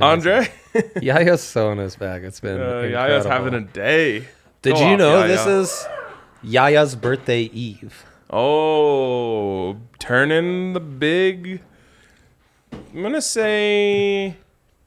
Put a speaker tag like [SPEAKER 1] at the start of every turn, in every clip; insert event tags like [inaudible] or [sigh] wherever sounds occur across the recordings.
[SPEAKER 1] Andre?
[SPEAKER 2] Yaya's sewing us back. It's been
[SPEAKER 1] [laughs] Uh,
[SPEAKER 2] incredible.
[SPEAKER 1] Yaya's having a day.
[SPEAKER 2] Did
[SPEAKER 1] Go
[SPEAKER 2] you
[SPEAKER 1] off,
[SPEAKER 2] know
[SPEAKER 1] Yaya.
[SPEAKER 2] this is Yaya's birthday eve?
[SPEAKER 1] Oh, turning the big. I'm gonna say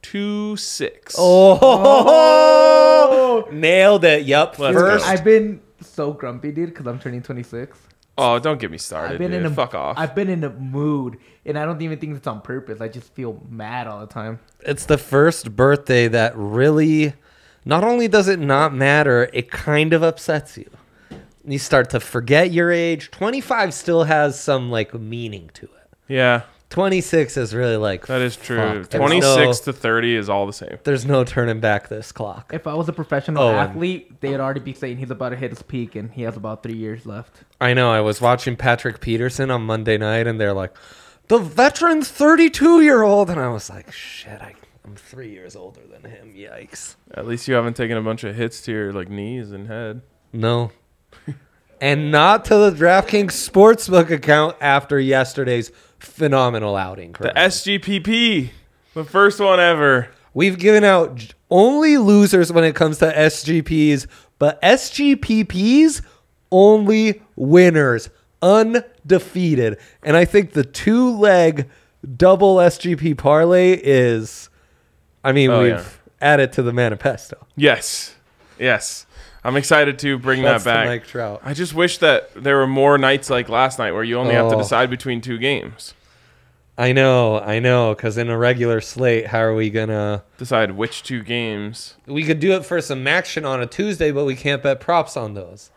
[SPEAKER 1] two six.
[SPEAKER 2] Oh, nailed it. Yep.
[SPEAKER 1] Let's
[SPEAKER 2] First,
[SPEAKER 1] go.
[SPEAKER 3] I've been so grumpy, dude, because I'm turning 26.
[SPEAKER 1] oh, don't get me started.
[SPEAKER 3] I've been
[SPEAKER 1] dude.
[SPEAKER 3] in a
[SPEAKER 1] Fuck off.
[SPEAKER 3] I've been in a mood, and I don't even think it's on purpose. I just feel mad all the time.
[SPEAKER 2] it's the first birthday that really, not only does it not matter, it kind of upsets you. You start to forget your age. 25 still has some like meaning to it.
[SPEAKER 1] yeah,
[SPEAKER 2] 26 is really like
[SPEAKER 1] that is true.
[SPEAKER 2] fuck, there's
[SPEAKER 1] Twenty six
[SPEAKER 2] no-
[SPEAKER 1] to thirty is all the same.
[SPEAKER 2] There's no turning back this clock.
[SPEAKER 3] If I was a professional
[SPEAKER 2] Oh, and-
[SPEAKER 3] athlete, they'd already be saying he's about to hit his peak, and he has about three years left.
[SPEAKER 2] I know. I was watching Patrick Peterson on Monday night, and they're like, the veteran 32 year old. And I was like, shit, I, I'm three years older than him. Yikes.
[SPEAKER 1] At least you haven't taken a bunch of hits to your like knees and head.
[SPEAKER 2] No. and not to the DraftKings Sportsbook account after yesterday's phenomenal outing.
[SPEAKER 1] The
[SPEAKER 2] Correct?
[SPEAKER 1] SGPP, the first one ever.
[SPEAKER 2] We've given out j- only losers when it comes to SGPs, but SGPPs only winners, undefeated. And I think the two leg double SGP parlay is, I mean,
[SPEAKER 1] Oh,
[SPEAKER 2] we've
[SPEAKER 1] yeah.
[SPEAKER 2] added to the manifesto.
[SPEAKER 1] Yes, yes. I'm excited to bring
[SPEAKER 2] That's
[SPEAKER 1] that
[SPEAKER 2] the
[SPEAKER 1] back.
[SPEAKER 2] Mike Trout.
[SPEAKER 1] I just wish that there were more nights like last night where you only have to
[SPEAKER 2] Oh.
[SPEAKER 1] decide between two games.
[SPEAKER 2] I know, I know, because in a regular slate, how are we gonna?
[SPEAKER 1] Decide which two games.
[SPEAKER 2] We could do it for some action on a Tuesday, but we can't bet props on those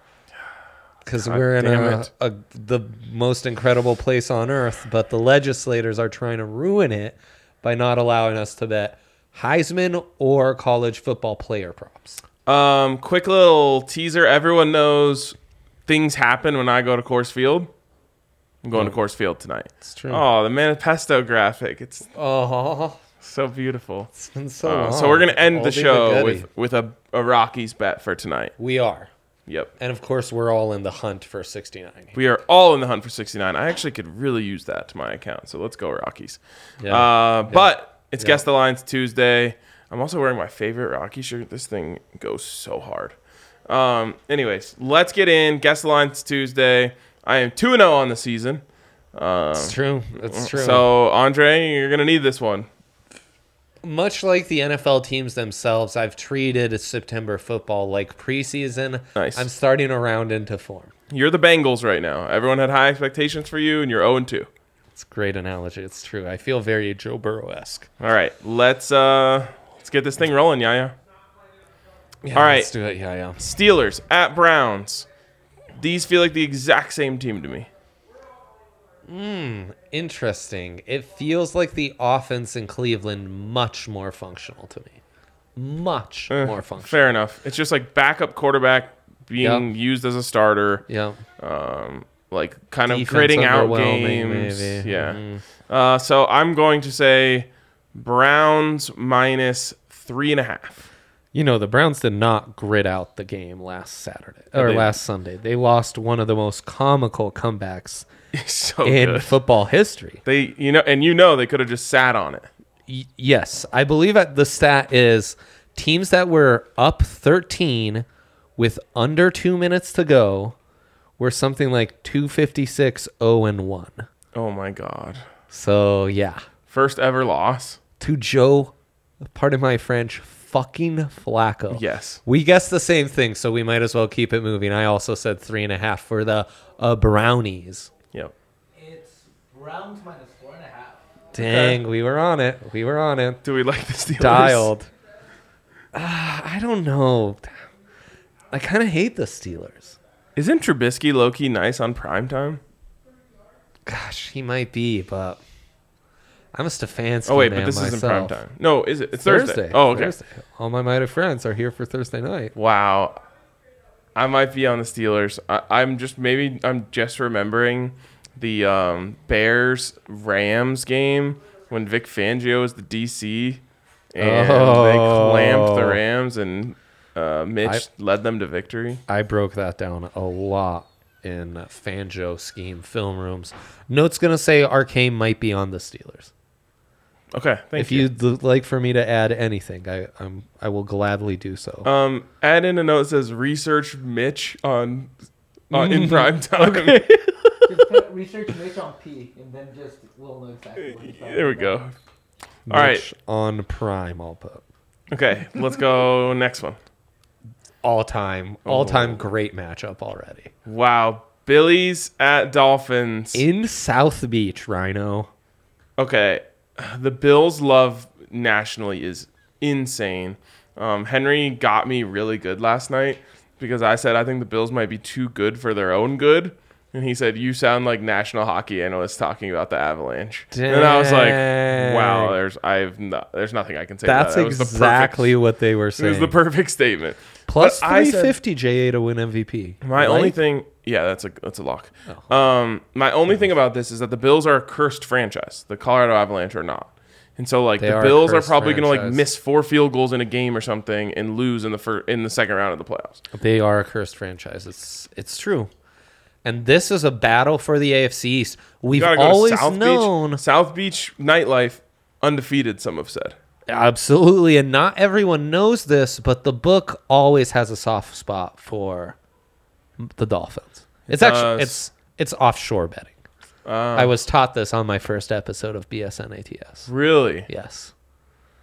[SPEAKER 2] because
[SPEAKER 1] God
[SPEAKER 2] we're in
[SPEAKER 1] damn
[SPEAKER 2] a,
[SPEAKER 1] it.
[SPEAKER 2] a the most incredible place on earth. But the legislators are trying to ruin it by not allowing us to bet Heisman or college football player props.
[SPEAKER 1] Um, quick little teaser. Everyone knows things happen when I go to Coors Field. I'm going to Coors Field tonight. It's
[SPEAKER 2] Mm. true.
[SPEAKER 1] Oh, the manifesto graphic. It's
[SPEAKER 2] Oh,
[SPEAKER 1] so beautiful.
[SPEAKER 2] it's been so
[SPEAKER 1] Uh-huh. Uh,
[SPEAKER 2] long.
[SPEAKER 1] so we're gonna end
[SPEAKER 2] All
[SPEAKER 1] the
[SPEAKER 2] be
[SPEAKER 1] show
[SPEAKER 2] goody.
[SPEAKER 1] with with a, a Rockies bet for tonight.
[SPEAKER 2] we are,
[SPEAKER 1] Yep.
[SPEAKER 2] and of course we're all in the hunt for sixty nine.
[SPEAKER 1] We are all in the hunt for 69. I actually could really use that to my account. So let's go Rockies.
[SPEAKER 2] Yeah.
[SPEAKER 1] Uh, But it's
[SPEAKER 2] Yeah.
[SPEAKER 1] Guess the Lines Tuesday. I'm also wearing my favorite Rocky shirt. This thing goes so hard. Um, anyways, let's get in. Guess the Lines Tuesday. I am 2 0 on the season. Uh,
[SPEAKER 2] It's true. It's true.
[SPEAKER 1] so, Andre, you're going to need this one.
[SPEAKER 2] much like the NFL teams themselves, I've treated September football like preseason.
[SPEAKER 1] Nice.
[SPEAKER 2] I'm starting to round into form.
[SPEAKER 1] You're the Bengals right now. Everyone had high expectations for you, and you're 0 2.
[SPEAKER 2] It's a great analogy. It's true. I feel very Joe Burrow esque.
[SPEAKER 1] All right, let's, uh, let's get this thing rolling, Yaya. All right.
[SPEAKER 2] Let's do it. Yeah, yeah.
[SPEAKER 1] Steelers at Browns. These feel like the exact same team to me.
[SPEAKER 2] Interesting. It feels like the offense in Cleveland much more functional to me. Much
[SPEAKER 1] Eh,
[SPEAKER 2] more functional.
[SPEAKER 1] Fair enough. It's just like backup quarterback being
[SPEAKER 2] Yep.
[SPEAKER 1] used as a starter.
[SPEAKER 2] Yeah.
[SPEAKER 1] Um, like kind of
[SPEAKER 2] Defense
[SPEAKER 1] creating out
[SPEAKER 2] overwhelming,
[SPEAKER 1] games.
[SPEAKER 2] maybe. Mm-hmm.
[SPEAKER 1] Yeah. Uh, so I'm going to say Browns minus three and a half. [laughs]
[SPEAKER 2] You know, the Browns did not grit out the game last Saturday or
[SPEAKER 1] they-
[SPEAKER 2] last Sunday. They lost one of the most comical comebacks
[SPEAKER 1] so
[SPEAKER 2] in
[SPEAKER 1] good.
[SPEAKER 2] football history.
[SPEAKER 1] They, you know, and you know, they could have just sat on it.
[SPEAKER 2] Y- yes, I believe that the stat is teams that were up 13 with under two minutes to go were something like 256 0 and 1.
[SPEAKER 1] Oh my God.
[SPEAKER 2] So, yeah,
[SPEAKER 1] First ever loss.
[SPEAKER 2] to Joe, pardon my French, fucking Flacco.
[SPEAKER 1] Yes.
[SPEAKER 2] We guessed the same thing, so we might as well keep it moving. I also said three and a half for the uh, Brownies.
[SPEAKER 1] Yep.
[SPEAKER 3] It's Browns minus four and a half.
[SPEAKER 2] Dang, we were on it. We were on it.
[SPEAKER 1] Do we like the Steelers?
[SPEAKER 2] dialed. Ah, I don't know. I kind of hate the Steelers.
[SPEAKER 1] Isn't Trubisky low key nice on prime time?
[SPEAKER 2] Gosh, he might be, but I'm a Stefanski.
[SPEAKER 1] Oh wait, but
[SPEAKER 2] man
[SPEAKER 1] this
[SPEAKER 2] myself.
[SPEAKER 1] isn't prime time. No, is it? It's Thursday. Oh, okay.
[SPEAKER 2] Thursday. All my mighty friends are here for Thursday night.
[SPEAKER 1] Wow. I might be on the Steelers. I, I'm just maybe I'm just remembering the um, Bears Rams game when Vic Fangio was the DC and they clamped the
[SPEAKER 2] Oh.
[SPEAKER 1] Rams and uh, Mitch
[SPEAKER 2] I-
[SPEAKER 1] led them to victory.
[SPEAKER 2] I broke that down a lot in Fanjo scheme film rooms. Note's gonna say Arcane might be on the Steelers.
[SPEAKER 1] Okay, thank
[SPEAKER 2] if you'd l- like for me to add anything, I I'm, I will gladly do so.
[SPEAKER 1] Um, add in a note that says research Mitch on uh,
[SPEAKER 2] Mm. [laughs]
[SPEAKER 1] in prime time. [laughs]
[SPEAKER 3] Just put research Mitch on P, and then just we'll know exactly what he's talking
[SPEAKER 1] there we
[SPEAKER 3] about.
[SPEAKER 1] go. all right.
[SPEAKER 2] Mitch on Prime, I'll put
[SPEAKER 1] Okay, let's go next one.
[SPEAKER 2] all time,
[SPEAKER 1] Oh.
[SPEAKER 2] all time great matchup already
[SPEAKER 1] Wow, Billy's at Dolphins.
[SPEAKER 2] in South Beach, Rhino.
[SPEAKER 1] Okay, the Bills' love nationally is insane. Um, Henry got me really good last night because I said I think the Bills might be too good for their own good, and he said you sound like national hockey analysts talking about the Avalanche. And I was like, wow,
[SPEAKER 2] Dang.
[SPEAKER 1] there's I've no, there's nothing I can say. to
[SPEAKER 2] That's
[SPEAKER 1] that. That was the perfect-
[SPEAKER 2] exactly what they were
[SPEAKER 1] It was
[SPEAKER 2] saying.
[SPEAKER 1] the perfect statement.
[SPEAKER 2] Plus
[SPEAKER 1] But I said-
[SPEAKER 2] 350 JA to win MVP.
[SPEAKER 1] My
[SPEAKER 2] Right?
[SPEAKER 1] only thing, yeah, that's a that's a lock.
[SPEAKER 2] Oh.
[SPEAKER 1] Um, my only thing about this is that the Bills are a cursed franchise. The Colorado Avalanche are not, and so like
[SPEAKER 2] They
[SPEAKER 1] the
[SPEAKER 2] are a
[SPEAKER 1] Bills are
[SPEAKER 2] cursed
[SPEAKER 1] probably going to like
[SPEAKER 2] franchise.
[SPEAKER 1] miss four field goals in a game or something and lose in the fir- in the second round of the playoffs.
[SPEAKER 2] They are a cursed franchise. It's it's true. And this is a battle for the AFC East. We've
[SPEAKER 1] You gotta go
[SPEAKER 2] always
[SPEAKER 1] to South
[SPEAKER 2] known
[SPEAKER 1] Beach. South Beach nightlife undefeated. Some have said.
[SPEAKER 2] absolutely and not everyone knows this, but the book always has a soft spot for the Dolphins. It's actually
[SPEAKER 1] does. Oh.
[SPEAKER 2] it's it's offshore betting. I was taught this on my first episode of BSN ATS.
[SPEAKER 1] Really,
[SPEAKER 2] Yes.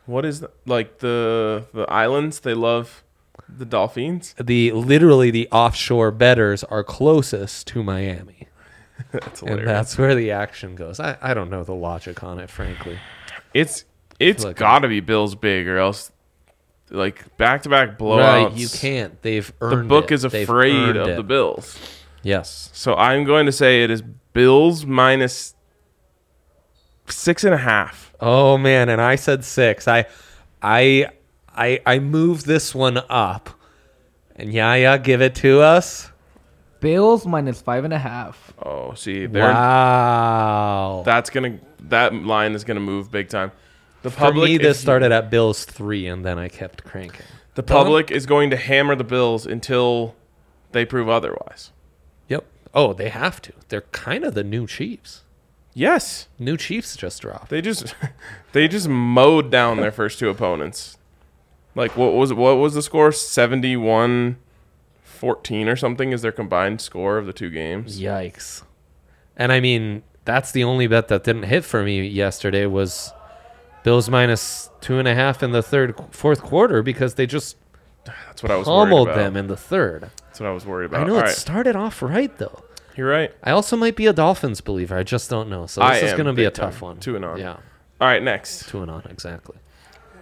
[SPEAKER 1] what is the, like the the islands? They love the dolphins.
[SPEAKER 2] The literally the offshore betters are closest to Miami.
[SPEAKER 1] That's
[SPEAKER 2] And
[SPEAKER 1] hilarious.
[SPEAKER 2] that's where the action goes. I, I don't know the logic on it, frankly.
[SPEAKER 1] It's it's
[SPEAKER 2] Look,
[SPEAKER 1] got to be Bills big or else like back to back blowouts.
[SPEAKER 2] Right, you can't. They've
[SPEAKER 1] The
[SPEAKER 2] earned
[SPEAKER 1] book
[SPEAKER 2] is
[SPEAKER 1] is afraid of the Bills.
[SPEAKER 2] Yes.
[SPEAKER 1] So I'm going to say it is Bills minus six and a half.
[SPEAKER 2] Oh man, and I said six. I, I, I, I moved this one up, and Yaya, give it to us.
[SPEAKER 3] Bills minus five and a half.
[SPEAKER 1] Oh, see, they're,
[SPEAKER 2] Wow.
[SPEAKER 1] that's gonna that line is gonna move big time. The
[SPEAKER 2] For
[SPEAKER 1] public,
[SPEAKER 2] me,
[SPEAKER 1] if
[SPEAKER 2] this
[SPEAKER 1] you-
[SPEAKER 2] started at Bills three, and then I kept cranking.
[SPEAKER 1] The public is going to hammer the Bills until they prove otherwise.
[SPEAKER 2] Yep. Oh, they have to. They're kind of the new Chiefs.
[SPEAKER 1] Yes,
[SPEAKER 2] New Chiefs just dropped.
[SPEAKER 1] they just [laughs] they just mowed down their first two opponents. Like what was what was the score? 71 14 or something is their combined score of the two games.
[SPEAKER 2] Yikes. And I mean, that's the only bet that didn't hit for me yesterday was Bills minus two and a half in the third, fourth quarter because they just
[SPEAKER 1] That's what I was worried
[SPEAKER 2] pummeled
[SPEAKER 1] about.
[SPEAKER 2] them in the third.
[SPEAKER 1] That's what I was worried about.
[SPEAKER 2] I know
[SPEAKER 1] All
[SPEAKER 2] it
[SPEAKER 1] right.
[SPEAKER 2] started off right though.
[SPEAKER 1] You're right.
[SPEAKER 2] I also might be a Dolphins believer. I just don't know. So
[SPEAKER 1] I
[SPEAKER 2] this is
[SPEAKER 1] am
[SPEAKER 2] going to be
[SPEAKER 1] big
[SPEAKER 2] a tough
[SPEAKER 1] time.
[SPEAKER 2] one.
[SPEAKER 1] Two and on.
[SPEAKER 2] Yeah,
[SPEAKER 1] All right, next.
[SPEAKER 2] two and on exactly.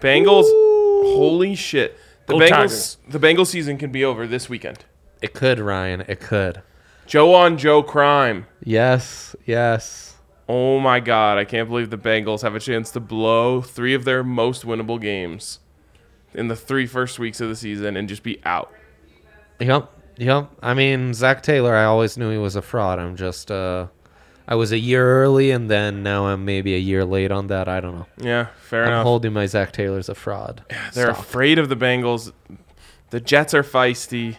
[SPEAKER 1] Bengals. Holy shit. The
[SPEAKER 2] Go
[SPEAKER 1] Bengals
[SPEAKER 2] Tigers.
[SPEAKER 1] the Bengals season can be over this weekend.
[SPEAKER 2] It could, Ryan. It could.
[SPEAKER 1] Joe on Joe crime.
[SPEAKER 2] Yes, yes.
[SPEAKER 1] Oh my god, I can't believe the Bengals have a chance to blow 3 of their most winnable games in the three first weeks of the season and just be out.
[SPEAKER 2] Yep, yep. I mean, Zach Taylor. I always knew he was a fraud. I'm just, uh, I was a year early, and then now I'm maybe a year late on that. I don't know.
[SPEAKER 1] Yeah, fair
[SPEAKER 2] I'm
[SPEAKER 1] enough.
[SPEAKER 2] holding my Zach Taylor's a fraud.
[SPEAKER 1] They're
[SPEAKER 2] stock.
[SPEAKER 1] afraid of the Bengals. The Jets are feisty.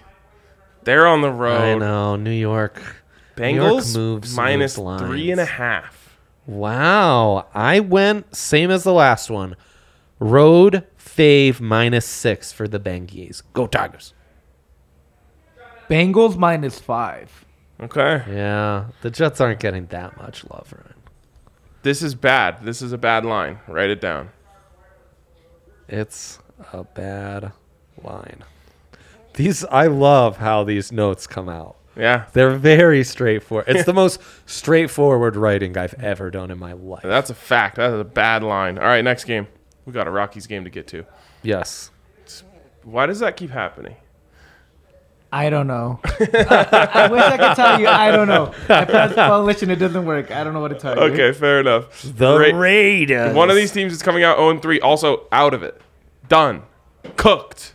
[SPEAKER 1] They're on the
[SPEAKER 2] I
[SPEAKER 1] road.
[SPEAKER 2] know New York. New York
[SPEAKER 1] Bengals
[SPEAKER 2] moves-
[SPEAKER 1] minus
[SPEAKER 2] moves
[SPEAKER 1] three and a
[SPEAKER 2] lines.
[SPEAKER 1] half.
[SPEAKER 2] Wow. I went same as the last one. Road fave minus six for the Bengies. Go Tigers.
[SPEAKER 3] Bengals minus five.
[SPEAKER 1] Okay.
[SPEAKER 2] Yeah. The Jets aren't getting that much love, Ryan.
[SPEAKER 1] This is bad. This is a bad line. Write it down.
[SPEAKER 2] It's a bad line. These I love how these notes come out.
[SPEAKER 1] Yeah.
[SPEAKER 2] They're very straightforward.
[SPEAKER 1] [laughs]
[SPEAKER 2] It's the most straightforward writing I've ever done in my life.
[SPEAKER 1] That's a fact. That is a bad line. All right, next game. We got a Rockies game to get to.
[SPEAKER 2] yes.
[SPEAKER 1] Why does that keep happening?
[SPEAKER 3] I don't know. [laughs] I, I wish I could tell you. I don't know. I press publish and it doesn't work. I don't know what to tell you.
[SPEAKER 1] Okay, fair enough.
[SPEAKER 2] Mm-hmm. The
[SPEAKER 1] Ra-
[SPEAKER 2] Raiders.
[SPEAKER 1] one of these teams is coming out 0 3, also out of it. Done. Cooked.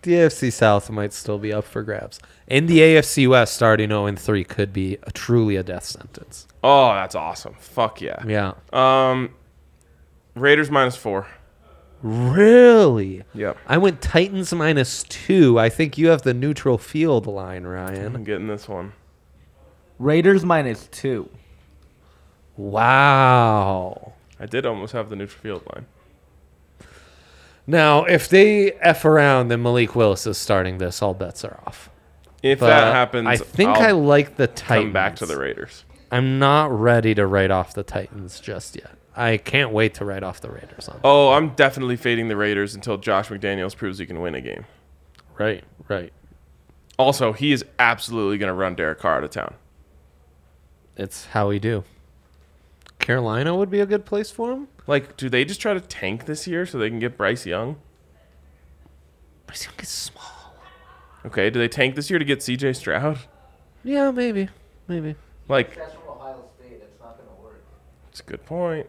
[SPEAKER 2] the AFC South might still be up for grabs. And the AFC West starting 0 and 3 could be a, truly a death sentence.
[SPEAKER 1] Oh, that's awesome. Fuck yeah.
[SPEAKER 2] Yeah.
[SPEAKER 1] Um, Raiders minus four.
[SPEAKER 2] Really?
[SPEAKER 1] Yep.
[SPEAKER 2] I went Titans minus 2. I think you have the neutral field line,
[SPEAKER 1] I'm
[SPEAKER 2] Ryan.
[SPEAKER 1] getting this one.
[SPEAKER 3] Raiders minus two.
[SPEAKER 2] Wow.
[SPEAKER 1] I I did almost have the neutral field line.
[SPEAKER 2] Now, if they f around, then Malik Willis is starting this. All bets are off.
[SPEAKER 1] If
[SPEAKER 2] But
[SPEAKER 1] that happens,
[SPEAKER 2] I think
[SPEAKER 1] I'll
[SPEAKER 2] i like the Titans.
[SPEAKER 1] come back to the Raiders.
[SPEAKER 2] I'm not ready to write off the Titans just yet. I can't wait to write off the Raiders on.
[SPEAKER 1] Oh, I'm definitely fading the Raiders until Josh McDaniels proves he can win a game.
[SPEAKER 2] Right, right.
[SPEAKER 1] Also, he is absolutely going to run Derek Carr out of town.
[SPEAKER 2] It's how we do. Carolina would be a good place for him.
[SPEAKER 1] Like, do they just try to tank this year so they can get Bryce Young?
[SPEAKER 2] Bryce Young is small.
[SPEAKER 1] Okay, do they tank this year to get CJ Stroud? [laughs]
[SPEAKER 2] Yeah, maybe, maybe.
[SPEAKER 1] Like,
[SPEAKER 4] That's from Ohio State. That's not going to work.
[SPEAKER 1] it's a good point.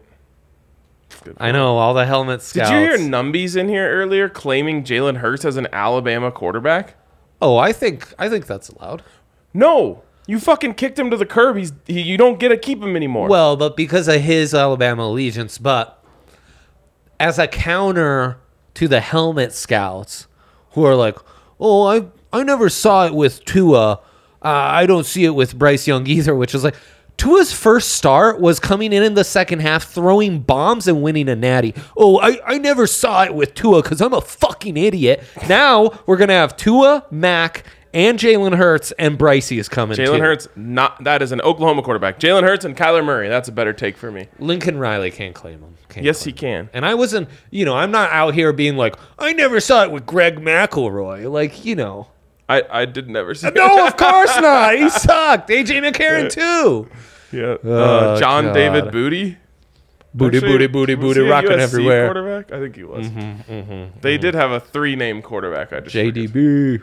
[SPEAKER 1] It's a good
[SPEAKER 2] I know all the helmet
[SPEAKER 1] Did
[SPEAKER 2] scouts.
[SPEAKER 1] you hear Numbies in here earlier claiming Jalen Hurts as an Alabama quarterback?
[SPEAKER 2] oh, I think I think that's allowed.
[SPEAKER 1] No, you fucking kicked him to the curb. He's he, you don't get to keep him anymore.
[SPEAKER 2] Well, but because of his Alabama allegiance, but as a counter to the helmet scouts who are like, "Oh, I I never saw it with Tua. Uh, I don't see it with Bryce Young either," which is like Tua's first start was coming in in the second half, throwing bombs and winning a natty. Oh, I, I never saw it with Tua because I'm a fucking idiot. Now we're gonna have Tua, Mac, and Jalen Hurts, and Brycey is coming.
[SPEAKER 1] Jalen
[SPEAKER 2] too.
[SPEAKER 1] Hurts, not that is an Oklahoma quarterback. Jalen Hurts and Kyler Murray. That's a better take for me.
[SPEAKER 2] Lincoln Riley can't claim him. Can't
[SPEAKER 1] Yes,
[SPEAKER 2] claim
[SPEAKER 1] he can.
[SPEAKER 2] And I wasn't, you know, I'm not out here being like, I never saw it with Greg McElroy. Like, you know.
[SPEAKER 1] I I did never see.
[SPEAKER 2] [laughs] No, of course not. [laughs] He sucked. AJ McCarron, too.
[SPEAKER 1] [laughs] yeah. Uh,
[SPEAKER 2] Oh,
[SPEAKER 1] John
[SPEAKER 2] God.
[SPEAKER 1] David Booty.
[SPEAKER 2] Booty,
[SPEAKER 1] Actually,
[SPEAKER 2] booty, booty,
[SPEAKER 1] was
[SPEAKER 2] booty,
[SPEAKER 1] he a
[SPEAKER 2] rocking
[SPEAKER 1] USC
[SPEAKER 2] everywhere. Mm-hmm,
[SPEAKER 1] Quarterback, I think he was. they did have a three-name quarterback. I just forget.
[SPEAKER 2] JDB.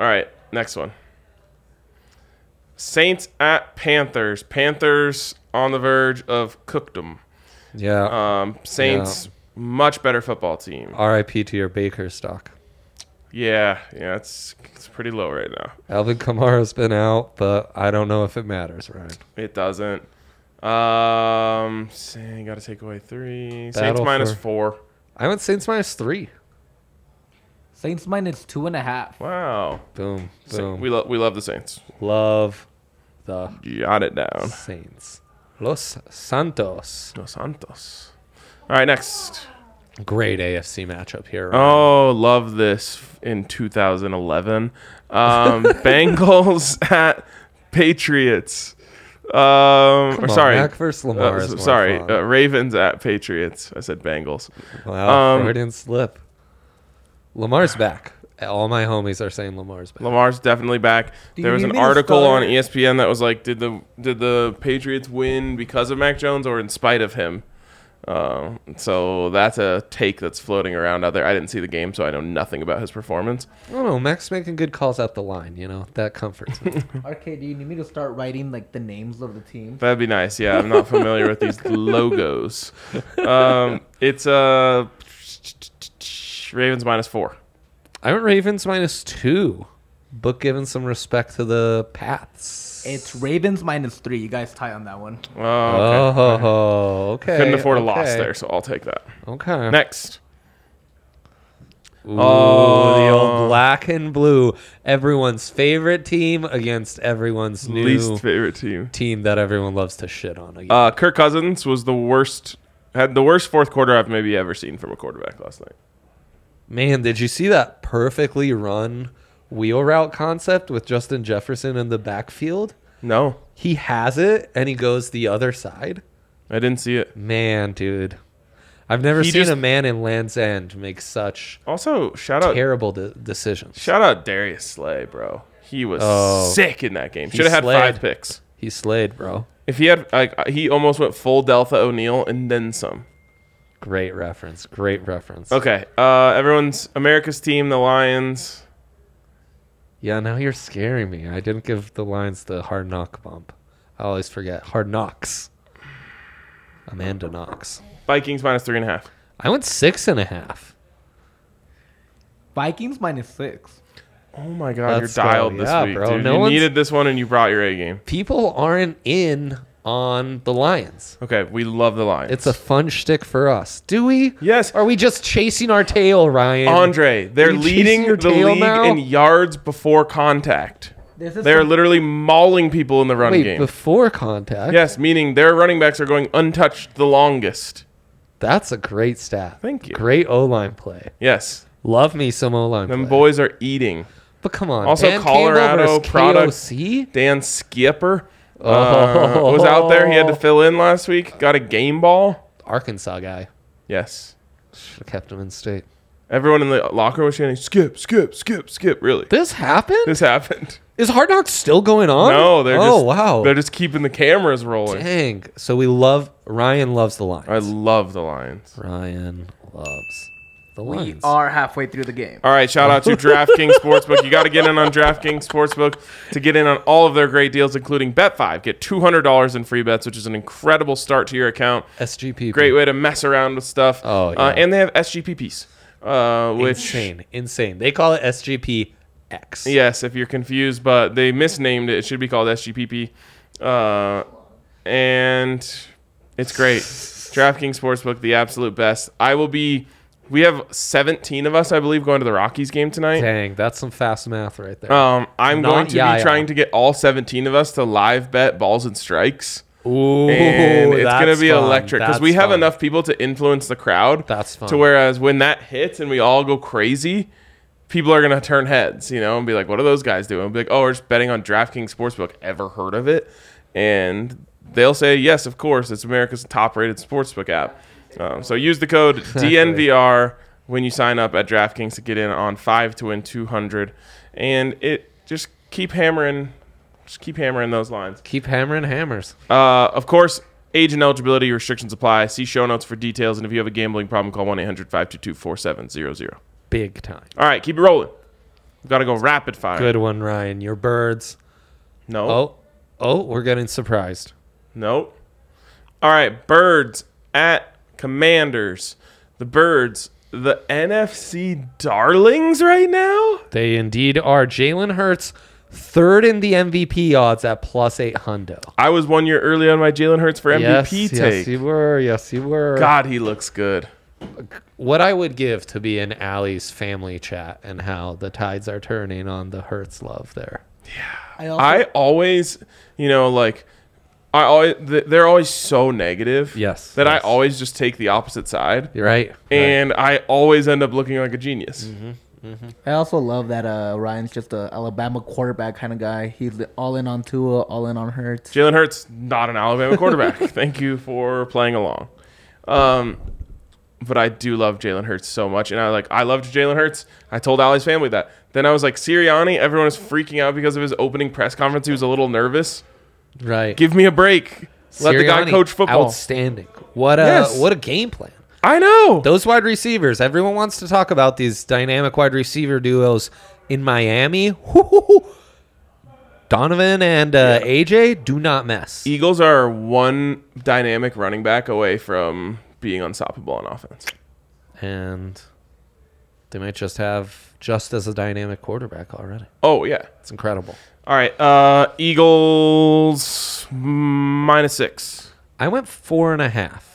[SPEAKER 1] All right, next one. Saints at Panthers. Panthers on the verge of cookdom.
[SPEAKER 2] Yeah.
[SPEAKER 1] Um, Saints much better football team.
[SPEAKER 2] RIP to your Baker stock.
[SPEAKER 1] Yeah, yeah, it's it's pretty low right now.
[SPEAKER 2] Alvin Kamara's been out, but I don't know if it matters, Ryan.
[SPEAKER 1] It doesn't. Um, Saint got to take away three. Saints
[SPEAKER 2] Battle
[SPEAKER 1] minus
[SPEAKER 2] for-
[SPEAKER 1] four.
[SPEAKER 2] I went Saints minus three.
[SPEAKER 3] Saints minus two and a half.
[SPEAKER 1] Wow.
[SPEAKER 2] Boom,
[SPEAKER 1] Sa-
[SPEAKER 2] boom.
[SPEAKER 1] we love we love the Saints.
[SPEAKER 2] Love the
[SPEAKER 1] Jot it down.
[SPEAKER 2] Saints. Los Santos.
[SPEAKER 1] Los Santos. All right, next.
[SPEAKER 2] Great AFC matchup here. Ryan.
[SPEAKER 1] Oh, love this f- in 2011.
[SPEAKER 2] [laughs]
[SPEAKER 1] Um, Bengals at Patriots. Um, or
[SPEAKER 2] Come on,
[SPEAKER 1] sorry,
[SPEAKER 2] Mac versus
[SPEAKER 1] Uh,
[SPEAKER 2] Lamar.
[SPEAKER 1] s-
[SPEAKER 2] is more
[SPEAKER 1] sorry,
[SPEAKER 2] fun.
[SPEAKER 1] uh, Ravens at Patriots. I said Bengals.
[SPEAKER 2] Wow,
[SPEAKER 1] Um,
[SPEAKER 2] Freudian slip. Lamar's back. All my homies are saying Lamar's back.
[SPEAKER 1] Lamar's definitely back.
[SPEAKER 3] Do
[SPEAKER 1] there
[SPEAKER 3] you
[SPEAKER 1] was
[SPEAKER 3] need
[SPEAKER 1] an
[SPEAKER 3] me to
[SPEAKER 1] article
[SPEAKER 3] start?
[SPEAKER 1] on E ESPN that was like, did the did the Patriots win because of Mac Jones or in spite of him? Um, so that's a take that's floating around out there. I didn't see the game, so I know nothing about his performance.
[SPEAKER 2] I don't know. Mac's making good calls out the line. You know that comforts
[SPEAKER 1] [laughs]
[SPEAKER 2] me.
[SPEAKER 3] RK, do you need me to start writing like the names of the teams?
[SPEAKER 1] That'd be nice. Yeah, I'm not familiar with these logos. Um, it's uh, Ravens minus four.
[SPEAKER 2] I went Ravens minus two. Book giving some respect to the Pats.
[SPEAKER 3] It's Ravens minus three. You guys tie on that one.
[SPEAKER 1] Oh, okay.
[SPEAKER 2] Oh, okay.
[SPEAKER 1] Couldn't afford a loss
[SPEAKER 2] okay,
[SPEAKER 1] there, so I'll take that.
[SPEAKER 2] Okay.
[SPEAKER 1] Next.
[SPEAKER 2] Ooh,
[SPEAKER 1] Oh.
[SPEAKER 2] the old black and blue, everyone's favorite team against everyone's new
[SPEAKER 1] Least favorite team.
[SPEAKER 2] team that everyone loves to shit on. Again.
[SPEAKER 1] Uh, Kirk Cousins was the worst, had the worst fourth quarter I've maybe ever seen from a quarterback last night.
[SPEAKER 2] Man, did you see that perfectly run wheel route concept with Justin Jefferson in the backfield?
[SPEAKER 1] No,
[SPEAKER 2] He has it and he goes the other side.
[SPEAKER 1] I didn't see it.
[SPEAKER 2] Man, dude. I've never
[SPEAKER 1] He
[SPEAKER 2] seen
[SPEAKER 1] just-
[SPEAKER 2] a man in Land's End make such
[SPEAKER 1] Also, shout out,
[SPEAKER 2] terrible de- decisions.
[SPEAKER 1] shout out Darius Slay, bro. He was
[SPEAKER 2] Oh.
[SPEAKER 1] sick in that game. Should have had
[SPEAKER 2] slayed.
[SPEAKER 1] five picks.
[SPEAKER 2] he slayed, bro.
[SPEAKER 1] If he had, like, uh, he almost went full Delta O'Neal and then some.
[SPEAKER 2] Great reference. Great reference.
[SPEAKER 1] Okay, uh, everyone's America's team, the Lions.
[SPEAKER 2] Yeah, now you're scaring me. I didn't give the Lions the hard knock bump. I always forget. Hard knocks. Amanda Knox.
[SPEAKER 1] Vikings minus three and a half.
[SPEAKER 2] I went six and a half.
[SPEAKER 3] Vikings minus six.
[SPEAKER 1] Oh my God,
[SPEAKER 2] Let's
[SPEAKER 1] you're
[SPEAKER 2] go.
[SPEAKER 1] dialed this
[SPEAKER 2] Yeah,
[SPEAKER 1] week,
[SPEAKER 2] bro.
[SPEAKER 1] dude.
[SPEAKER 2] No
[SPEAKER 1] you
[SPEAKER 2] one's-
[SPEAKER 1] needed this one and you brought your A game.
[SPEAKER 2] people aren't in on the Lions.
[SPEAKER 1] Okay, we love the Lions.
[SPEAKER 2] It's a fun shtick for us. Do we?
[SPEAKER 1] Yes.
[SPEAKER 2] Are we just chasing our tail, Ryan?
[SPEAKER 1] Andre, they're
[SPEAKER 2] Are you chasing
[SPEAKER 1] leading
[SPEAKER 2] your
[SPEAKER 1] the
[SPEAKER 2] tail
[SPEAKER 1] league
[SPEAKER 2] now?
[SPEAKER 1] in yards before contact.
[SPEAKER 3] This is
[SPEAKER 1] They're
[SPEAKER 3] some-
[SPEAKER 1] literally mauling people in the run
[SPEAKER 2] Wait,
[SPEAKER 1] game.
[SPEAKER 2] before contact?
[SPEAKER 1] yes, meaning their running backs are going untouched the longest.
[SPEAKER 2] That's a great stat.
[SPEAKER 1] Thank you.
[SPEAKER 2] Great O line play.
[SPEAKER 1] Yes,
[SPEAKER 2] Love me some O line.
[SPEAKER 1] them
[SPEAKER 2] play.
[SPEAKER 1] boys are eating.
[SPEAKER 2] But come on.
[SPEAKER 1] Also,
[SPEAKER 2] Dan Campbell
[SPEAKER 1] Colorado
[SPEAKER 2] versus
[SPEAKER 1] product-
[SPEAKER 2] KOC?
[SPEAKER 1] Dan Skipper uh, was out there. He had to
[SPEAKER 2] Oh.
[SPEAKER 1] fill in last week. Got a game ball.
[SPEAKER 2] Arkansas guy.
[SPEAKER 1] Yes.
[SPEAKER 2] Should have kept him in state.
[SPEAKER 1] Everyone in the locker was chanting, "Skip, skip, skip, skip!" Really,
[SPEAKER 2] This happened?
[SPEAKER 1] [laughs]
[SPEAKER 2] [laughs]
[SPEAKER 1] this happened.
[SPEAKER 2] Is Hard Knocks still going on?
[SPEAKER 1] No, they're
[SPEAKER 2] oh
[SPEAKER 1] just
[SPEAKER 2] wow.
[SPEAKER 1] they're just keeping the cameras rolling.
[SPEAKER 2] Dang. So we love Ryan loves the Lions.
[SPEAKER 1] I love the Lions.
[SPEAKER 2] Ryan loves the
[SPEAKER 3] We
[SPEAKER 2] Lions.
[SPEAKER 3] are halfway through the game.
[SPEAKER 1] All right, shout
[SPEAKER 2] [laughs]
[SPEAKER 1] out to DraftKings Sportsbook. You got to get in on DraftKings Sportsbook to get in on all of their great deals, including Bet Five. Get two hundred dollars in free bets, which is an incredible start to your account.
[SPEAKER 2] SGP.
[SPEAKER 1] Great way to mess around with stuff.
[SPEAKER 2] Oh,
[SPEAKER 1] Uh,
[SPEAKER 2] yeah.
[SPEAKER 1] and they have SGPPs, uh, which
[SPEAKER 2] insane, insane. They call it SGP X.
[SPEAKER 1] Yes, if you're confused, but they misnamed it. It should be called SGPP. Uh, and it's great. DraftKings Sportsbook, the absolute best. I will be. We have 17 of us, I believe, going to the Rockies game tonight.
[SPEAKER 2] Dang, that's some fast math right there.
[SPEAKER 1] Um, I'm
[SPEAKER 2] Not
[SPEAKER 1] going to be
[SPEAKER 2] Yaya.
[SPEAKER 1] trying to get all 17 of us to live bet balls and strikes.
[SPEAKER 2] Ooh,
[SPEAKER 1] And it's
[SPEAKER 2] that's
[SPEAKER 1] going to be
[SPEAKER 2] fun.
[SPEAKER 1] electric because
[SPEAKER 2] That's
[SPEAKER 1] we have
[SPEAKER 2] fun.
[SPEAKER 1] enough people to influence the crowd.
[SPEAKER 2] That's fun.
[SPEAKER 1] To whereas when that hits and we all go crazy, people are going to turn heads, you know, and be like, what are those guys doing? And be like, oh, we're just betting on DraftKings Sportsbook. Ever heard of it? And they'll say, yes, of course. It's America's top rated sportsbook app. Um, so use
[SPEAKER 2] [laughs]
[SPEAKER 1] the code DNVR when you sign up at DraftKings to get in on five to win 200. And it just keep hammering. Just keep hammering those lines.
[SPEAKER 2] Keep hammering hammers.
[SPEAKER 1] Uh, of course, age and eligibility restrictions apply. See show notes for details. And if you have a gambling problem, call 1 800 522 4700.
[SPEAKER 2] Big time.
[SPEAKER 1] All right, keep it rolling. We've got to go rapid fire.
[SPEAKER 2] Good one, Ryan. Your birds.
[SPEAKER 1] No.
[SPEAKER 2] Oh, oh, we're getting surprised.
[SPEAKER 1] No. All right, birds at commanders. The birds, the NFC darlings right now?
[SPEAKER 2] They indeed are. Jalen Hurts, third in the MVP odds at plus eight hundo.
[SPEAKER 1] I was one year early on my Jalen Hurts for MVP
[SPEAKER 2] yes,
[SPEAKER 1] take.
[SPEAKER 2] yes, you were. Yes, you were.
[SPEAKER 1] God, he looks good.
[SPEAKER 2] What I would give to be in Allie's family chat and how the tides are turning on the Hurts love there.
[SPEAKER 3] I also
[SPEAKER 1] I always, you know, like I always th- they're always so negative.
[SPEAKER 2] Yes,
[SPEAKER 1] That
[SPEAKER 2] yes.
[SPEAKER 1] I always just take the opposite side,
[SPEAKER 2] You're right. Mm-hmm.
[SPEAKER 1] and I always end up looking like a genius.
[SPEAKER 3] I also love that uh, Ryan's just a Alabama quarterback kind of guy. He's all in on Tua, all in on Hurts.
[SPEAKER 1] Jalen Hurts not an Alabama
[SPEAKER 2] [laughs]
[SPEAKER 1] quarterback. Thank you for playing along. Um, but I do love Jalen Hurts so much, and I like I loved Jalen Hurts. I told Ali's family that. Then I was like Sirianni. Everyone was freaking out because of his opening press conference. He was a little nervous.
[SPEAKER 2] right. right.
[SPEAKER 1] Give me a break. Let the guy
[SPEAKER 2] Sirianni,
[SPEAKER 1] coach football.
[SPEAKER 2] Outstanding. What a
[SPEAKER 1] Yes.
[SPEAKER 2] what a game plan.
[SPEAKER 1] I know.
[SPEAKER 2] Those wide receivers. Everyone wants to talk about these dynamic wide receiver duos in Miami. [laughs] Woo-hoo-hoo. Donovan and uh, AJ do not mess.
[SPEAKER 1] Eagles are one dynamic running back away from being unstoppable on offense.
[SPEAKER 2] and they might just have just as a dynamic quarterback already.
[SPEAKER 1] Oh yeah.
[SPEAKER 2] It's incredible.
[SPEAKER 1] All right. Uh, Eagles minus six.
[SPEAKER 2] I went four and a half.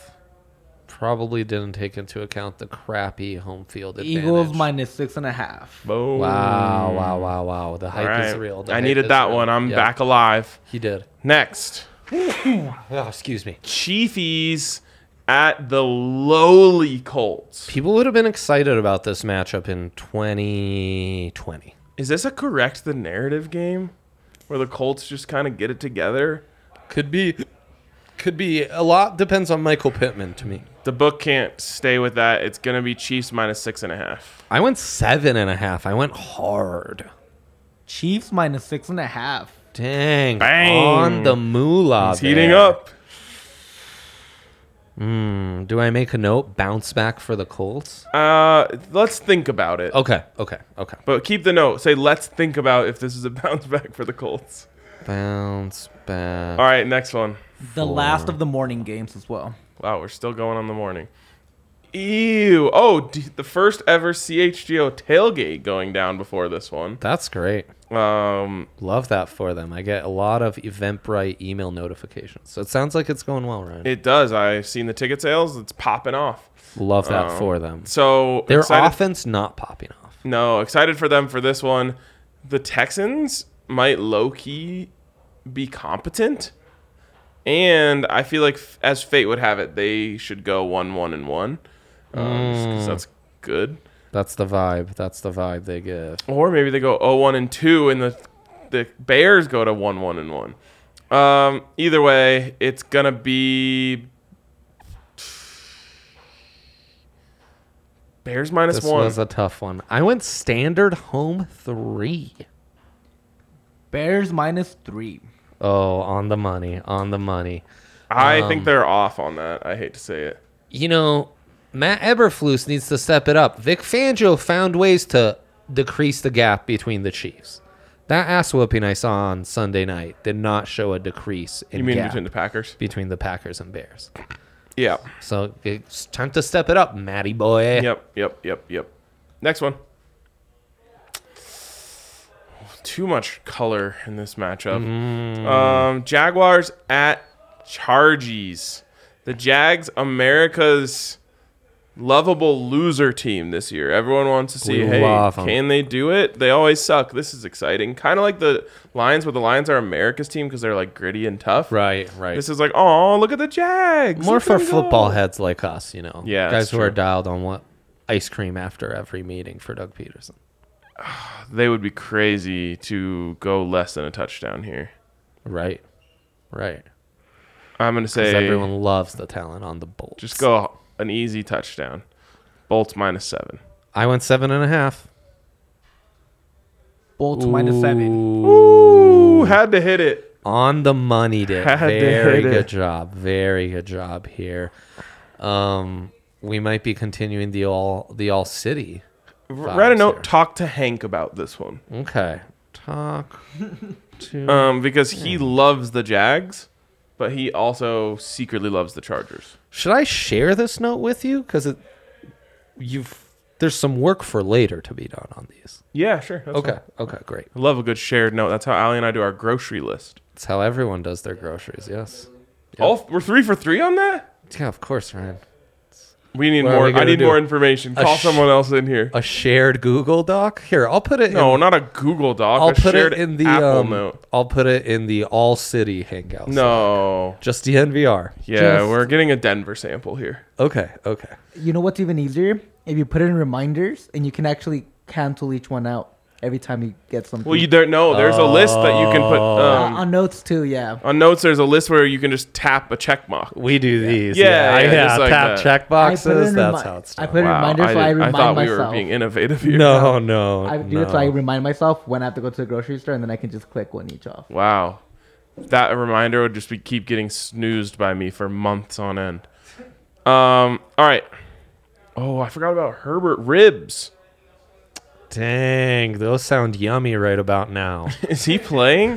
[SPEAKER 2] Probably didn't take into account the crappy home field advantage.
[SPEAKER 3] Eagles minus six and a half.
[SPEAKER 1] Boom.
[SPEAKER 2] Wow, wow, wow, wow. The
[SPEAKER 1] All
[SPEAKER 2] hype
[SPEAKER 1] right.
[SPEAKER 2] is real. The
[SPEAKER 1] I
[SPEAKER 2] hype
[SPEAKER 1] needed
[SPEAKER 2] is
[SPEAKER 1] that
[SPEAKER 2] real.
[SPEAKER 1] one. I'm
[SPEAKER 2] Yeah,
[SPEAKER 1] back alive.
[SPEAKER 2] He did.
[SPEAKER 1] Next,
[SPEAKER 2] Oh, excuse me.
[SPEAKER 1] Chiefies at the lowly Colts.
[SPEAKER 2] People would have been excited about this matchup in 2020.
[SPEAKER 1] Is this a correct the narrative game where the Colts just kind of get it together?
[SPEAKER 2] Could be. Could be. A lot depends on Michael Pittman to me.
[SPEAKER 1] The book can't stay with that. It's gonna be Chiefs minus six and a half.
[SPEAKER 2] I went seven and a half. I went hard.
[SPEAKER 3] Chiefs minus six and a half.
[SPEAKER 2] Dang.
[SPEAKER 1] Bang.
[SPEAKER 2] On the moolah.
[SPEAKER 1] It's heating
[SPEAKER 2] there.
[SPEAKER 1] up.
[SPEAKER 2] Mm, do I make a note? Bounce back for the Colts?
[SPEAKER 1] Uh, let's think about it.
[SPEAKER 2] Okay. Okay. Okay.
[SPEAKER 1] But keep the note. Say, let's think about if this is a [laughs] bounce back for the Colts.
[SPEAKER 2] Bounce back.
[SPEAKER 1] All right, next one.
[SPEAKER 3] The last of the morning games as well.
[SPEAKER 1] Wow, we're still going on the morning. Ew. Oh, d- the first ever CHGO tailgate going down before this one.
[SPEAKER 2] That's great.
[SPEAKER 1] Um,
[SPEAKER 2] Love that for them. I get a lot of Eventbrite email notifications. So it sounds like it's going well, Ryan.
[SPEAKER 1] it does. I've seen the ticket sales. It's popping off.
[SPEAKER 2] Love that
[SPEAKER 1] Um,
[SPEAKER 2] for them.
[SPEAKER 1] So
[SPEAKER 2] Their
[SPEAKER 1] excited-
[SPEAKER 2] offense not popping off.
[SPEAKER 1] No, excited for them for this one. The Texans might low key be competent. And I feel like, f- as fate would have it, they should go one, one, and one, um, just
[SPEAKER 2] Mm.
[SPEAKER 1] 'cause that's good.
[SPEAKER 2] That's the vibe. That's the vibe they give.
[SPEAKER 1] Or maybe they go oh one and 2, and the the Bears go to 1 1 and 1. Um, either way, it's going to be. Bears minus
[SPEAKER 2] This
[SPEAKER 1] 1.
[SPEAKER 2] was a tough one. I went standard home three.
[SPEAKER 3] Bears minus three.
[SPEAKER 2] Oh, on the money, on the money.
[SPEAKER 1] I
[SPEAKER 2] um,
[SPEAKER 1] think they're off on that. I hate to say it.
[SPEAKER 2] You know, Matt Eberflus needs to step it up. Vic Fangio found ways to decrease the gap between the Chiefs. That ass whooping I saw on Sunday night did not show a decrease in
[SPEAKER 1] You mean
[SPEAKER 2] gap
[SPEAKER 1] between the Packers?
[SPEAKER 2] between the Packers and Bears.
[SPEAKER 1] Yeah.
[SPEAKER 2] So it's time to step it up, Matty boy.
[SPEAKER 1] Yep, yep, yep, yep. Next one. Too much color in this matchup.
[SPEAKER 2] Mm.
[SPEAKER 1] Um, Jaguars at Chargies. The Jags, America's lovable loser team this year. Everyone wants to see,
[SPEAKER 2] We
[SPEAKER 1] hey,
[SPEAKER 2] love 'em.
[SPEAKER 1] can they do it? They always suck. This is exciting. Kind of like the Lions, where the Lions are America's team because they're like gritty and tough.
[SPEAKER 2] Right, right.
[SPEAKER 1] This is like, oh, look at the Jags.
[SPEAKER 2] more
[SPEAKER 1] Look
[SPEAKER 2] for
[SPEAKER 1] at 'em go."
[SPEAKER 2] football heads like us, you know.
[SPEAKER 1] Yeah,
[SPEAKER 2] guys
[SPEAKER 1] that's
[SPEAKER 2] who are
[SPEAKER 1] true.
[SPEAKER 2] dialed on what ice cream after every meeting for Doug Peterson.
[SPEAKER 1] They would be crazy to go less than a touchdown here.
[SPEAKER 2] Right, right.
[SPEAKER 1] I'm gonna
[SPEAKER 2] 'Cause
[SPEAKER 1] say
[SPEAKER 2] everyone loves the talent on the Bolts.
[SPEAKER 1] just go an easy touchdown. Bolts minus seven.
[SPEAKER 2] I went seven and a half.
[SPEAKER 3] Bolts minus seven.
[SPEAKER 1] Ooh, had to hit it.
[SPEAKER 2] on the money
[SPEAKER 1] [laughs]
[SPEAKER 2] day.
[SPEAKER 1] Had to
[SPEAKER 2] Very
[SPEAKER 1] hit
[SPEAKER 2] good
[SPEAKER 1] it.
[SPEAKER 2] job. Very good job here. Um, we might be continuing the all the all city.
[SPEAKER 1] R-
[SPEAKER 2] Vibes
[SPEAKER 1] Write a note.
[SPEAKER 2] here.
[SPEAKER 1] Talk to Hank about this one
[SPEAKER 2] Okay.
[SPEAKER 1] [laughs]
[SPEAKER 2] Talk to
[SPEAKER 1] um, because he
[SPEAKER 2] Mm-hmm.
[SPEAKER 1] loves the Jags, but he also secretly loves the Chargers.
[SPEAKER 2] Should I share this note with you? Because it you've there's some work for later to be done on these.
[SPEAKER 1] Yeah, sure. that's
[SPEAKER 2] Okay.
[SPEAKER 1] fine.
[SPEAKER 2] Okay. Great.
[SPEAKER 1] I love a good shared note. That's how Ali and I do our grocery list.
[SPEAKER 2] It's how everyone does their groceries. Yes. Yep.
[SPEAKER 1] All we're three for three on that.
[SPEAKER 2] Yeah. Of course, Ryan.
[SPEAKER 1] We need
[SPEAKER 2] What are
[SPEAKER 1] more.
[SPEAKER 2] we
[SPEAKER 1] I
[SPEAKER 2] gonna
[SPEAKER 1] need
[SPEAKER 2] do?
[SPEAKER 1] more information.
[SPEAKER 2] A
[SPEAKER 1] Call
[SPEAKER 2] sh-
[SPEAKER 1] someone else in here.
[SPEAKER 2] A shared Google Doc. Here, I'll put it.
[SPEAKER 1] no,
[SPEAKER 2] in,
[SPEAKER 1] not a Google Doc.
[SPEAKER 2] I'll
[SPEAKER 1] a
[SPEAKER 2] put
[SPEAKER 1] shared
[SPEAKER 2] it in the
[SPEAKER 1] Apple
[SPEAKER 2] um,
[SPEAKER 1] note.
[SPEAKER 2] I'll put it in the all city hangout.
[SPEAKER 1] No.
[SPEAKER 2] Just DNVR.
[SPEAKER 1] Yeah,
[SPEAKER 2] Just-
[SPEAKER 1] we're getting a Denver sample here.
[SPEAKER 2] okay. Okay.
[SPEAKER 3] You know what's even easier? If you put it in reminders and you can actually cancel each one out every time you get something.
[SPEAKER 1] Well, you don't know. There's a list that you can put
[SPEAKER 2] Oh.
[SPEAKER 3] Uh,
[SPEAKER 1] um,
[SPEAKER 3] on notes too, yeah.
[SPEAKER 1] on notes. There's a list where you can just tap a check mark.
[SPEAKER 2] We do these.
[SPEAKER 1] Yeah, yeah,
[SPEAKER 2] I-
[SPEAKER 1] just like
[SPEAKER 2] tap
[SPEAKER 1] that.
[SPEAKER 2] check
[SPEAKER 3] I put it
[SPEAKER 2] boxes. That's
[SPEAKER 3] in remi-
[SPEAKER 2] how it's
[SPEAKER 3] I
[SPEAKER 2] done.
[SPEAKER 3] put it in reminders, so I
[SPEAKER 1] did-
[SPEAKER 3] remind
[SPEAKER 1] thought we
[SPEAKER 3] myself.
[SPEAKER 1] were being innovative here.
[SPEAKER 2] no, no.
[SPEAKER 3] I do
[SPEAKER 2] no.
[SPEAKER 3] it so I remind myself when I have to go to the grocery store, and then I can just click one each off.
[SPEAKER 1] Wow, that reminder would just be keep getting snoozed by me for months on end. Um. All right. Oh, I forgot about Herbert ribs. [laughs]
[SPEAKER 2] Dang, those sound yummy right about now.
[SPEAKER 1] Is he playing?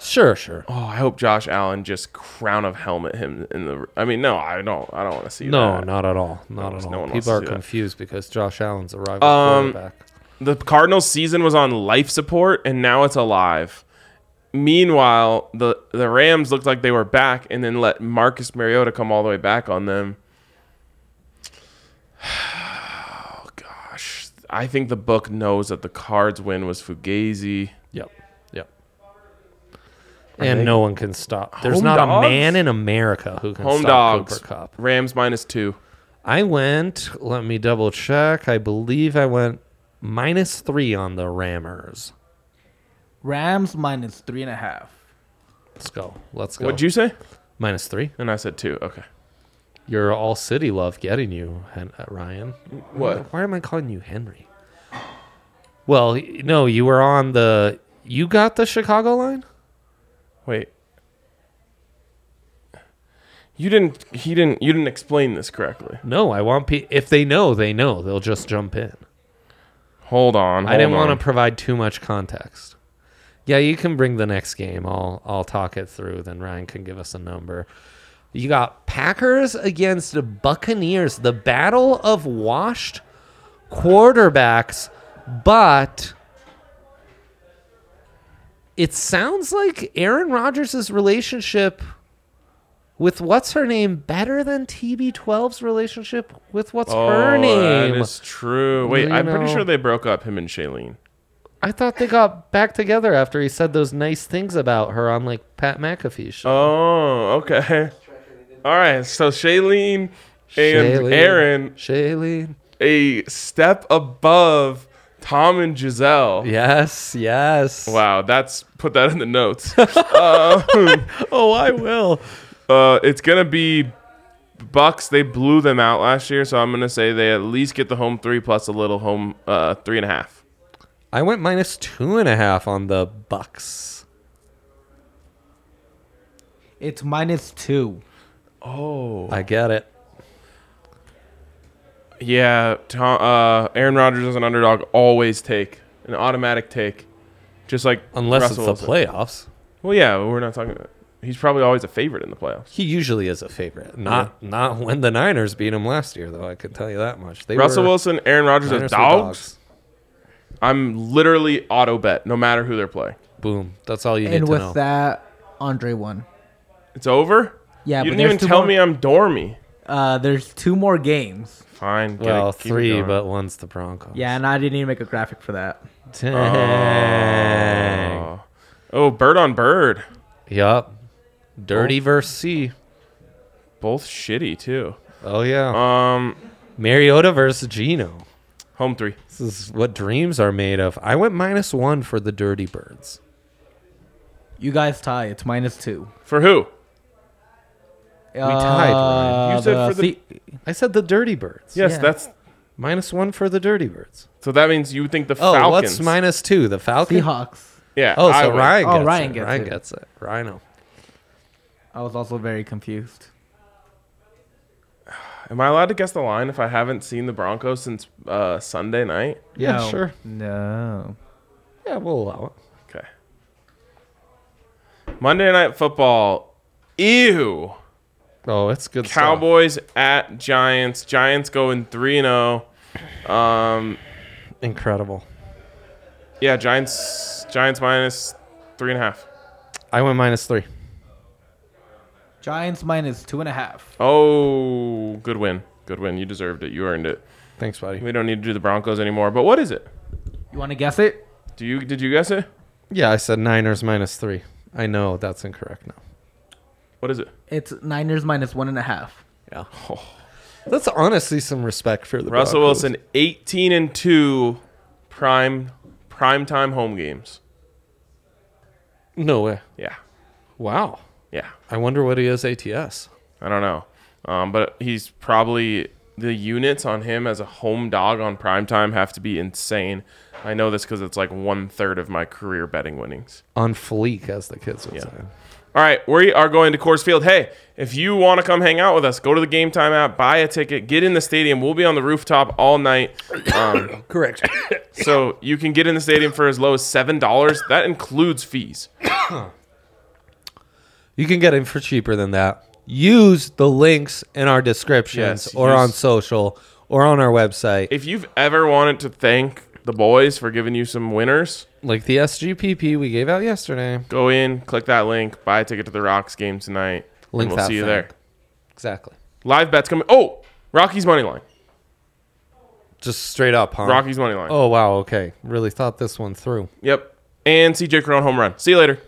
[SPEAKER 2] sure, sure.
[SPEAKER 1] oh, I hope Josh Allen just crown of helmet him in the. I mean, no, I don't. I don't want to see
[SPEAKER 2] No,
[SPEAKER 1] that.
[SPEAKER 2] not at all. Not at
[SPEAKER 1] no
[SPEAKER 2] all.
[SPEAKER 1] one wants
[SPEAKER 2] People
[SPEAKER 1] to
[SPEAKER 2] are
[SPEAKER 1] do that.
[SPEAKER 2] confused because Josh Allen's a rival
[SPEAKER 1] Um,
[SPEAKER 2] quarterback.
[SPEAKER 1] The Cardinals' season was on life support, and now it's alive. Meanwhile, the the Rams looked like they were back, and then let Marcus Mariota come all the way back on them. [sighs] Oh gosh, I think the book knows that the Cards win was Fugazi.
[SPEAKER 2] Yep. Yep.
[SPEAKER 5] Are
[SPEAKER 2] And
[SPEAKER 5] they-
[SPEAKER 2] no one can stop. There's
[SPEAKER 1] Home
[SPEAKER 2] not
[SPEAKER 1] dogs?
[SPEAKER 2] a man in America who can
[SPEAKER 1] Home
[SPEAKER 2] stop
[SPEAKER 1] dogs.
[SPEAKER 2] Cooper Cup.
[SPEAKER 1] Rams minus two.
[SPEAKER 2] I went, let me double check. I believe I went minus three on the Rammers.
[SPEAKER 3] Rams minus three and a half.
[SPEAKER 2] Let's go. Let's go.
[SPEAKER 1] What'd you say?
[SPEAKER 2] Minus three.
[SPEAKER 1] And I said two. Okay.
[SPEAKER 2] Your all city love getting you, Hen- uh, Ryan.
[SPEAKER 1] What?
[SPEAKER 2] Why am I calling you Henry? Well, y- no, you were on the. You got the Chicago line?
[SPEAKER 1] Wait. You didn't. He didn't. You didn't explain this correctly.
[SPEAKER 2] No, I want. Pe- if they know, they know. They'll just jump in.
[SPEAKER 1] Hold on.
[SPEAKER 2] I didn't want to provide too much context. Yeah, you can bring the next game. I'll I'll talk it through. Then Ryan can give us a number. You got Packers against the Buccaneers, the battle of washed quarterbacks, but it sounds like Aaron Rodgers' relationship with what's her name better than TB12's relationship
[SPEAKER 1] Oh,
[SPEAKER 2] with what's Oh, her name.
[SPEAKER 1] That is true. Wait,
[SPEAKER 2] You
[SPEAKER 1] I'm
[SPEAKER 2] know.
[SPEAKER 1] pretty sure they broke up him and Shailene.
[SPEAKER 2] I thought they got back together after he said those nice things about her on like Pat McAfee's show.
[SPEAKER 1] Oh, okay. All right. So Shailene and
[SPEAKER 2] Shailene.
[SPEAKER 1] Aaron,
[SPEAKER 2] Shailene.
[SPEAKER 1] a step above Tom and Giselle.
[SPEAKER 2] Yes, yes.
[SPEAKER 1] Wow, that's put that in the notes.
[SPEAKER 2] [laughs] Oh, I will.
[SPEAKER 1] uh, it's gonna be Bucks. They blew them out last year, so I'm gonna say they at least get the home three plus a little home uh, three and a half.
[SPEAKER 2] I went minus two and a half on the Bucks.
[SPEAKER 3] It's minus two.
[SPEAKER 1] Oh,
[SPEAKER 2] I get it.
[SPEAKER 1] yeah. Tom, uh, Aaron Rodgers as an underdog always take an automatic take, just like
[SPEAKER 2] Unless
[SPEAKER 1] Russell
[SPEAKER 2] it's
[SPEAKER 1] Wilson.
[SPEAKER 2] the playoffs.
[SPEAKER 1] Well, yeah, we're not talking. He's probably always a favorite in the playoffs.
[SPEAKER 2] He usually is a favorite. Not not when the Niners beat him last year, though. I can tell you that much. They
[SPEAKER 1] Russell
[SPEAKER 2] were-
[SPEAKER 1] Wilson, Aaron Rodgers are
[SPEAKER 2] Niners were
[SPEAKER 1] dogs. I'm literally auto bet no matter who they're playing.
[SPEAKER 2] Boom. That's all you need
[SPEAKER 3] And
[SPEAKER 2] to
[SPEAKER 3] with
[SPEAKER 2] know.
[SPEAKER 3] that, Andre won.
[SPEAKER 1] It's over.
[SPEAKER 3] Yeah,
[SPEAKER 1] you
[SPEAKER 3] but
[SPEAKER 1] didn't even
[SPEAKER 3] there's two
[SPEAKER 1] tell
[SPEAKER 3] more-
[SPEAKER 1] me I'm dormy.
[SPEAKER 3] Uh, there's two more games.
[SPEAKER 1] Fine. get it-
[SPEAKER 2] well,
[SPEAKER 1] keep it
[SPEAKER 2] three,
[SPEAKER 1] going.
[SPEAKER 2] but one's the Broncos.
[SPEAKER 3] Yeah, and I didn't even make a graphic for that.
[SPEAKER 2] Dang.
[SPEAKER 1] Oh. Oh, bird on bird.
[SPEAKER 2] Yup. Dirty verse C.
[SPEAKER 1] Both shitty too.
[SPEAKER 2] Oh yeah.
[SPEAKER 1] Um,
[SPEAKER 2] Mariota versus Gino.
[SPEAKER 1] home three.
[SPEAKER 2] This is what dreams are made of. I went minus one for the Dirty Birds.
[SPEAKER 3] You guys tie. It's minus two.
[SPEAKER 1] For who?
[SPEAKER 3] We
[SPEAKER 2] tied, Ryan.
[SPEAKER 1] You
[SPEAKER 3] Uh,
[SPEAKER 1] said for the-
[SPEAKER 2] I said the Dirty Birds.
[SPEAKER 1] Yes,
[SPEAKER 3] Yeah.
[SPEAKER 1] that's
[SPEAKER 2] Minus one for the Dirty Birds.
[SPEAKER 1] so that means you think the
[SPEAKER 2] Oh,
[SPEAKER 1] Falcons.
[SPEAKER 2] what's minus two? The Falcons.
[SPEAKER 3] Seahawks.
[SPEAKER 1] Yeah.
[SPEAKER 2] Oh, so
[SPEAKER 1] I would.
[SPEAKER 2] Ryan.
[SPEAKER 3] Oh,
[SPEAKER 2] Gets
[SPEAKER 3] Ryan
[SPEAKER 2] it.
[SPEAKER 3] gets
[SPEAKER 2] Ryan
[SPEAKER 3] it.
[SPEAKER 2] gets it. Rhino.
[SPEAKER 3] I was also very confused.
[SPEAKER 1] Am I allowed to guess the line if I haven't seen the Broncos since uh, Sunday night?
[SPEAKER 2] Yeah,
[SPEAKER 3] No.
[SPEAKER 2] sure.
[SPEAKER 3] No.
[SPEAKER 2] Yeah, we'll allow it.
[SPEAKER 1] Okay. Monday night football. Ew.
[SPEAKER 2] Oh, it's good. stuff.
[SPEAKER 1] Cowboys at Giants. Giants going three and zero. Um,
[SPEAKER 2] Incredible.
[SPEAKER 1] yeah, Giants. Giants minus three and a half.
[SPEAKER 2] I went minus three.
[SPEAKER 3] Giants minus two and a half.
[SPEAKER 1] Oh, good win. Good win. You deserved it. You earned it.
[SPEAKER 2] Thanks, buddy.
[SPEAKER 1] We don't need to do the Broncos anymore. But what is it?
[SPEAKER 3] You want to guess it?
[SPEAKER 1] Do you did you guess it?
[SPEAKER 2] Yeah, I said Niners minus three. I know that's incorrect now.
[SPEAKER 1] What is it?
[SPEAKER 3] It's Niners minus one and a half.
[SPEAKER 2] Yeah. That's honestly some respect for the
[SPEAKER 1] Russell
[SPEAKER 2] Broncos.
[SPEAKER 1] Wilson, eighteen and two, prime prime time home games.
[SPEAKER 2] No way.
[SPEAKER 1] Yeah,
[SPEAKER 2] Wow.
[SPEAKER 1] yeah.
[SPEAKER 2] I wonder what he is ATS.
[SPEAKER 1] I don't know, um, but he's probably the units on him as a home dog on prime time have to be insane. I know this because it's like one third of my career betting winnings.
[SPEAKER 2] On fleek, as the kids would say.
[SPEAKER 1] All right, we are going to Coors Field. Hey, if you want to come hang out with us, go to the game time app, buy a ticket, get in the stadium. We'll be on the rooftop all night. Um,
[SPEAKER 2] Correct.
[SPEAKER 1] so you can get in the stadium for as low as $7. That includes fees.
[SPEAKER 2] [coughs] You can get in for cheaper than that. Use the links in our descriptions
[SPEAKER 1] Yes,
[SPEAKER 2] or
[SPEAKER 1] use-
[SPEAKER 2] on social or on our website.
[SPEAKER 1] If you've ever wanted to thank the boys for giving you some winners,
[SPEAKER 2] like the SGPP we gave out yesterday.
[SPEAKER 1] go in, click that link, buy a ticket to the Rocks game tonight.
[SPEAKER 2] Link
[SPEAKER 1] and we'll
[SPEAKER 2] that
[SPEAKER 1] see you
[SPEAKER 2] thing.
[SPEAKER 1] there.
[SPEAKER 2] Exactly.
[SPEAKER 1] Live bets coming. Oh, Rockies money line.
[SPEAKER 2] Just straight up, huh?
[SPEAKER 1] Rockies money line.
[SPEAKER 2] Oh, wow. Okay. Really thought this one through.
[SPEAKER 1] Yep. And CJ Cron home run. See you later.